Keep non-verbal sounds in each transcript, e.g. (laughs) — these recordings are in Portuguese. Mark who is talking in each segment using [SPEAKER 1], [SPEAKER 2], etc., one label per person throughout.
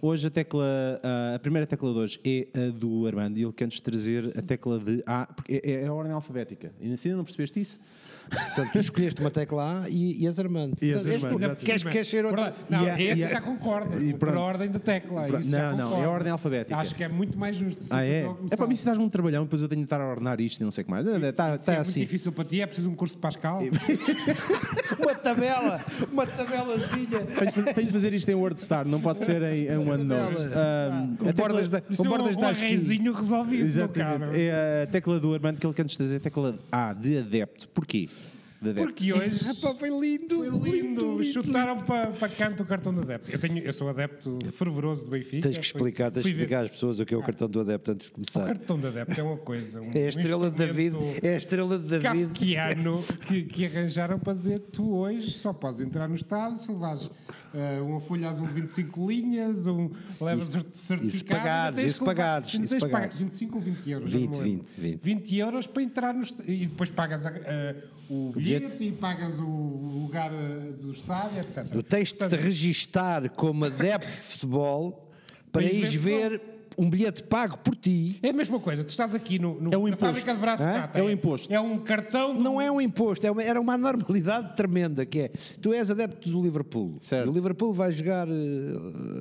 [SPEAKER 1] hoje a tecla, ah, a primeira tecla de hoje é a do Armando e eu quero-nos trazer a tecla de A, porque é, é a ordem alfabética. E ainda assim, não percebeste isso?
[SPEAKER 2] Portanto, tu escolheste uma tecla A e, e as Armando.
[SPEAKER 1] E as
[SPEAKER 2] Portanto, és tu.
[SPEAKER 1] Armando,
[SPEAKER 2] Queres- Queres ser outra?
[SPEAKER 3] Verdade. Não,
[SPEAKER 1] E a-
[SPEAKER 3] esse
[SPEAKER 1] e a-
[SPEAKER 3] já concordo.
[SPEAKER 1] e
[SPEAKER 3] Por
[SPEAKER 1] pronto.
[SPEAKER 3] ordem de tecla.
[SPEAKER 1] Pronto.
[SPEAKER 3] Isso já
[SPEAKER 1] Não, não,
[SPEAKER 3] concordo.
[SPEAKER 1] é ordem alfabética.
[SPEAKER 3] Acho que é muito mais justo. se
[SPEAKER 1] Ah,
[SPEAKER 3] isso
[SPEAKER 1] é?
[SPEAKER 3] não
[SPEAKER 1] É para mim, se
[SPEAKER 3] começar.
[SPEAKER 1] dás-me um trabalhão, depois eu tenho de estar a ordenar isto e não sei o que mais. Está
[SPEAKER 3] Se é muito
[SPEAKER 1] assim.
[SPEAKER 3] difícil para ti, é preciso um curso Pascal.
[SPEAKER 2] Uma tabela, uma tabelazinha.
[SPEAKER 1] Tenho de fazer- tenho de fazer isto em WordStar, não pode ser em, em OneNote. Um, a
[SPEAKER 2] Com
[SPEAKER 1] tecla-
[SPEAKER 2] bordas da-
[SPEAKER 3] Ah, Isso
[SPEAKER 2] com
[SPEAKER 3] é
[SPEAKER 2] bordas
[SPEAKER 3] um, um
[SPEAKER 2] da esquina.
[SPEAKER 3] arraizinho resolvido, meu
[SPEAKER 1] Exatamente.
[SPEAKER 3] caro.
[SPEAKER 1] É a tecla do Armando que ele quer nos trazer, a tecla A, de adepto. Porquê? De adepto.
[SPEAKER 3] Porque hoje
[SPEAKER 2] Pá, foi lindo,
[SPEAKER 3] foi lindo. Chutaram para, para canto o cartão de adepto. Eu, tenho, eu sou adepto fervoroso do Benfica.
[SPEAKER 4] Tens que
[SPEAKER 3] Fui-
[SPEAKER 4] explicar, tens que
[SPEAKER 3] fui ver-
[SPEAKER 4] explicar às pessoas o que é o cartão do adepto antes de
[SPEAKER 3] O
[SPEAKER 4] começar.
[SPEAKER 3] cartão de adepto é uma coisa. Um,
[SPEAKER 4] (laughs) É a estrela
[SPEAKER 3] um
[SPEAKER 4] de David,
[SPEAKER 3] instrumento
[SPEAKER 4] é a estrela de David.
[SPEAKER 3] Kafkiano (laughs) que, que arranjaram para dizer tu hoje só podes entrar no Estado se levares ah, uma folha azul de 25 linhas, um, levas isso, certificado.
[SPEAKER 4] isso pagares,
[SPEAKER 3] tens que
[SPEAKER 4] isso
[SPEAKER 3] levar-
[SPEAKER 4] pagares,
[SPEAKER 3] não
[SPEAKER 4] isso
[SPEAKER 3] tens que
[SPEAKER 4] pagares.
[SPEAKER 3] pagar 25 ou 20 euros? já
[SPEAKER 4] 20,
[SPEAKER 3] não me lembro.
[SPEAKER 4] 20, 20.
[SPEAKER 3] 20 euros para entrar no Estado. E depois pagas ah, o bilhete, e pagas o lugar ah, do Estado, etc.
[SPEAKER 4] Tu tens de te registar como adepto de futebol para
[SPEAKER 3] Para ir
[SPEAKER 4] ires
[SPEAKER 3] ver
[SPEAKER 4] ver um bilhete pago por ti.
[SPEAKER 3] É a mesma coisa, tu estás aqui no, no-
[SPEAKER 1] É um
[SPEAKER 3] na
[SPEAKER 1] imposto,
[SPEAKER 3] fábrica de braço de
[SPEAKER 4] hã?
[SPEAKER 3] prata.
[SPEAKER 1] É um imposto.
[SPEAKER 3] É um cartão de
[SPEAKER 4] Não é um imposto, é uma- era uma anormalidade tremenda que é. Tu és adepto do Liverpool.
[SPEAKER 1] Certo.
[SPEAKER 4] O Liverpool vai jogar eh,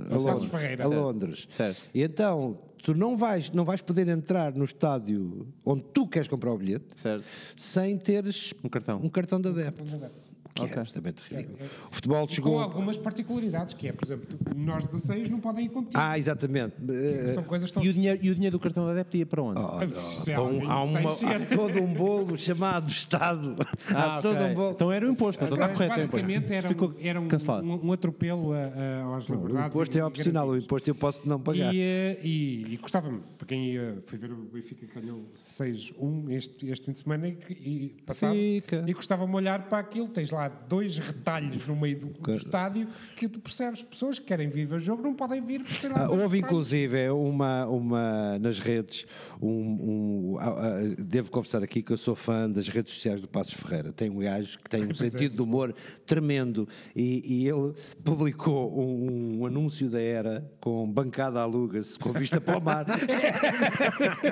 [SPEAKER 4] a,
[SPEAKER 3] Passos
[SPEAKER 4] Londres,
[SPEAKER 3] Ferreira.
[SPEAKER 4] a
[SPEAKER 3] Certo.
[SPEAKER 4] Londres.
[SPEAKER 1] Certo.
[SPEAKER 4] E então tu não vais, não vais poder entrar no estádio onde tu queres comprar o bilhete
[SPEAKER 1] Certo.
[SPEAKER 4] sem teres
[SPEAKER 1] Um cartão.
[SPEAKER 4] um cartão de adepto. O que é
[SPEAKER 1] Ok.
[SPEAKER 4] absolutamente ridículo. O futebol
[SPEAKER 3] Com
[SPEAKER 4] chegou.
[SPEAKER 3] algumas particularidades, que é, por exemplo, tu- menores de 16 não podem ir contigo.
[SPEAKER 4] Ah, exatamente. Eh,
[SPEAKER 3] São coisas tão.
[SPEAKER 1] E o, dinheiro, e o dinheiro do cartão de adepto ia para onde?
[SPEAKER 3] Isso é
[SPEAKER 4] Há, um,
[SPEAKER 3] alguém
[SPEAKER 4] há
[SPEAKER 3] que está
[SPEAKER 4] uma-
[SPEAKER 3] a encher.
[SPEAKER 4] há todo um bolo chamado Estado.
[SPEAKER 1] Ah,
[SPEAKER 4] há todo
[SPEAKER 1] ok.
[SPEAKER 4] um bolo.
[SPEAKER 1] Então era o imposto, mas não está
[SPEAKER 3] Mas
[SPEAKER 1] correto. é o imposto.
[SPEAKER 3] Basicamente era,
[SPEAKER 1] Ficou
[SPEAKER 3] um, era um,
[SPEAKER 1] cancelado.
[SPEAKER 3] um- um atropelo a- a- aos
[SPEAKER 4] o
[SPEAKER 3] liberdades.
[SPEAKER 4] imposto
[SPEAKER 3] e-
[SPEAKER 4] é
[SPEAKER 3] e
[SPEAKER 4] opcional, o imposto eu posso não pagar.
[SPEAKER 3] E, eh, e, e gostava-me, para quem ia, foi ver o Benfica que ganhou 6-1 este, este fim de semana e, que- e passado,
[SPEAKER 1] Fica.
[SPEAKER 3] e gostava-me olhar para aquilo, tens lá dois retalhos no meio do, do estádio que tu percebes, pessoas que querem vir ver o jogo não podem vir por ser
[SPEAKER 4] Ah,
[SPEAKER 3] lá dois
[SPEAKER 4] houve
[SPEAKER 3] retalhos.
[SPEAKER 4] inclusive uma, uma nas redes, um, um- ah, ah, devo confessar aqui que eu sou fã das redes sociais do Passos Ferreira. Tem um gajo que tem
[SPEAKER 3] (laughs)
[SPEAKER 4] um
[SPEAKER 3] é.
[SPEAKER 4] sentido de humor tremendo e, e ele publicou um, um anúncio da era com bancada aluga-se com vista para o mar.
[SPEAKER 3] (laughs)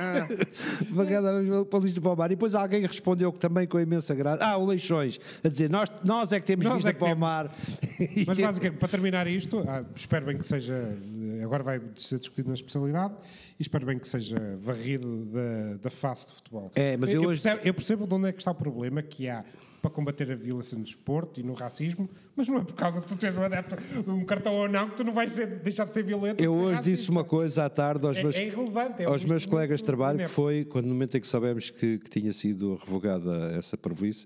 [SPEAKER 4] bancada aluga-se com vista para o mar. E depois alguém respondeu que também com imensa graça. Ah, o Leixões, a dizer nós, nós é que temos
[SPEAKER 3] Nós
[SPEAKER 4] vista
[SPEAKER 3] é que
[SPEAKER 4] para
[SPEAKER 3] temos.
[SPEAKER 4] o mar. E
[SPEAKER 3] Mas
[SPEAKER 4] tem-
[SPEAKER 3] basicamente, para terminar isto, ah, espero bem que seja. Agora vai ser discutido na especialidade e espero bem que seja varrido da, da face do futebol.
[SPEAKER 4] É, mas eu hoje-
[SPEAKER 3] percebo, eu percebo de onde é que está o problema que há para combater a violência no desporto e no racismo, mas não é por causa de tu teres um adepto, um cartão ou não, que tu não vais ser- deixar de ser
[SPEAKER 4] (laughs)
[SPEAKER 3] violento.
[SPEAKER 4] Eu
[SPEAKER 3] de ser
[SPEAKER 4] hoje
[SPEAKER 3] racista.
[SPEAKER 4] disse uma coisa à tarde aos
[SPEAKER 3] assim. É-
[SPEAKER 4] meus,
[SPEAKER 3] é irrelevante, é um
[SPEAKER 4] aos meus
[SPEAKER 3] instrumento
[SPEAKER 4] colegas de trabalho, que
[SPEAKER 3] inepto.
[SPEAKER 4] foi quando no momento em que soubemos que, que tinha sido revogada essa prejuízo,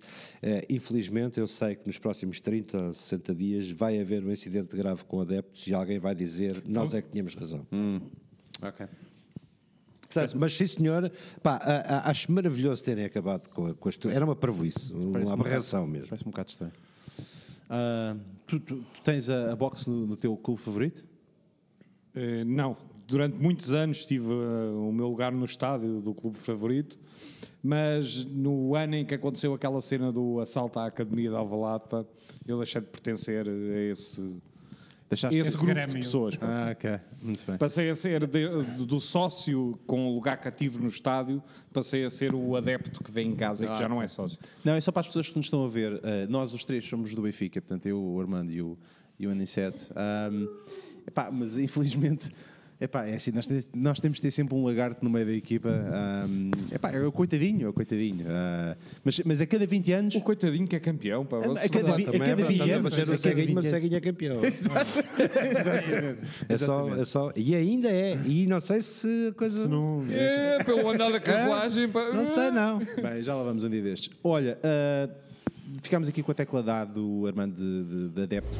[SPEAKER 4] infelizmente eu sei que nos próximos 30 ou 60 dias vai haver um incidente grave com adeptos e alguém vai dizer nós
[SPEAKER 1] Então
[SPEAKER 4] é que tínhamos razão.
[SPEAKER 1] Hum.
[SPEAKER 4] Portanto, mas sim senhor, pá, a- a- acho maravilhoso terem acabado com, a- com a história. Era uma prejuízo, uma
[SPEAKER 1] Parece-me um
[SPEAKER 4] aberração
[SPEAKER 1] bocado-
[SPEAKER 4] mesmo.
[SPEAKER 1] Parece um bocado estranho. Ah, tu, tu- tu tens a, a boxe no, no teu clube favorito?
[SPEAKER 5] Eh, não, durante muitos anos tive eh, o meu lugar no estádio do clube favorito, mas no ano em que aconteceu aquela cena do assalto à Academia de Alvalade, pá, eu deixei de pertencer a esse,
[SPEAKER 1] Deixaste
[SPEAKER 5] esse
[SPEAKER 3] esse
[SPEAKER 5] grupo
[SPEAKER 3] grêmio.
[SPEAKER 5] de pessoas. pá.
[SPEAKER 1] Ah, ok. Muito bem.
[SPEAKER 5] Passei a ser de- do sócio com o lugar cativo no estádio, passei a ser o adepto que vem em casa e que já não é sócio.
[SPEAKER 1] Não, é só para as pessoas que nos estão a ver. eh, nós os três somos do Benfica, portanto, eu, o Armando e o, e o Anicete. Ahm, epá, mas infelizmente. Epá, é assim, nós, te- nós temos de ter sempre um lagarto no meio da equipa. ahm, epá, é o coitadinho, é o coitadinho. ah, mas, mas a cada 20 anos.
[SPEAKER 5] O coitadinho que é campeão, pá,
[SPEAKER 1] A- a
[SPEAKER 5] vocês-
[SPEAKER 1] cada vi- a cada 20 anos.
[SPEAKER 4] é Mas era
[SPEAKER 1] a
[SPEAKER 4] o
[SPEAKER 1] cada
[SPEAKER 4] ceguinho,
[SPEAKER 1] 20
[SPEAKER 4] mas o
[SPEAKER 1] anos-
[SPEAKER 4] ceguinho é (laughs) campeão.
[SPEAKER 1] Exatamente.
[SPEAKER 4] É só, é só, e ainda é, e não sei se a coisa.
[SPEAKER 5] É, pelo andar da carruagem, pá.
[SPEAKER 4] não sei, não.
[SPEAKER 1] Bem, já lá vamos um dia destes. Olha, ah, ficámos aqui com a tecla dado do Armando de, de, de Adepto.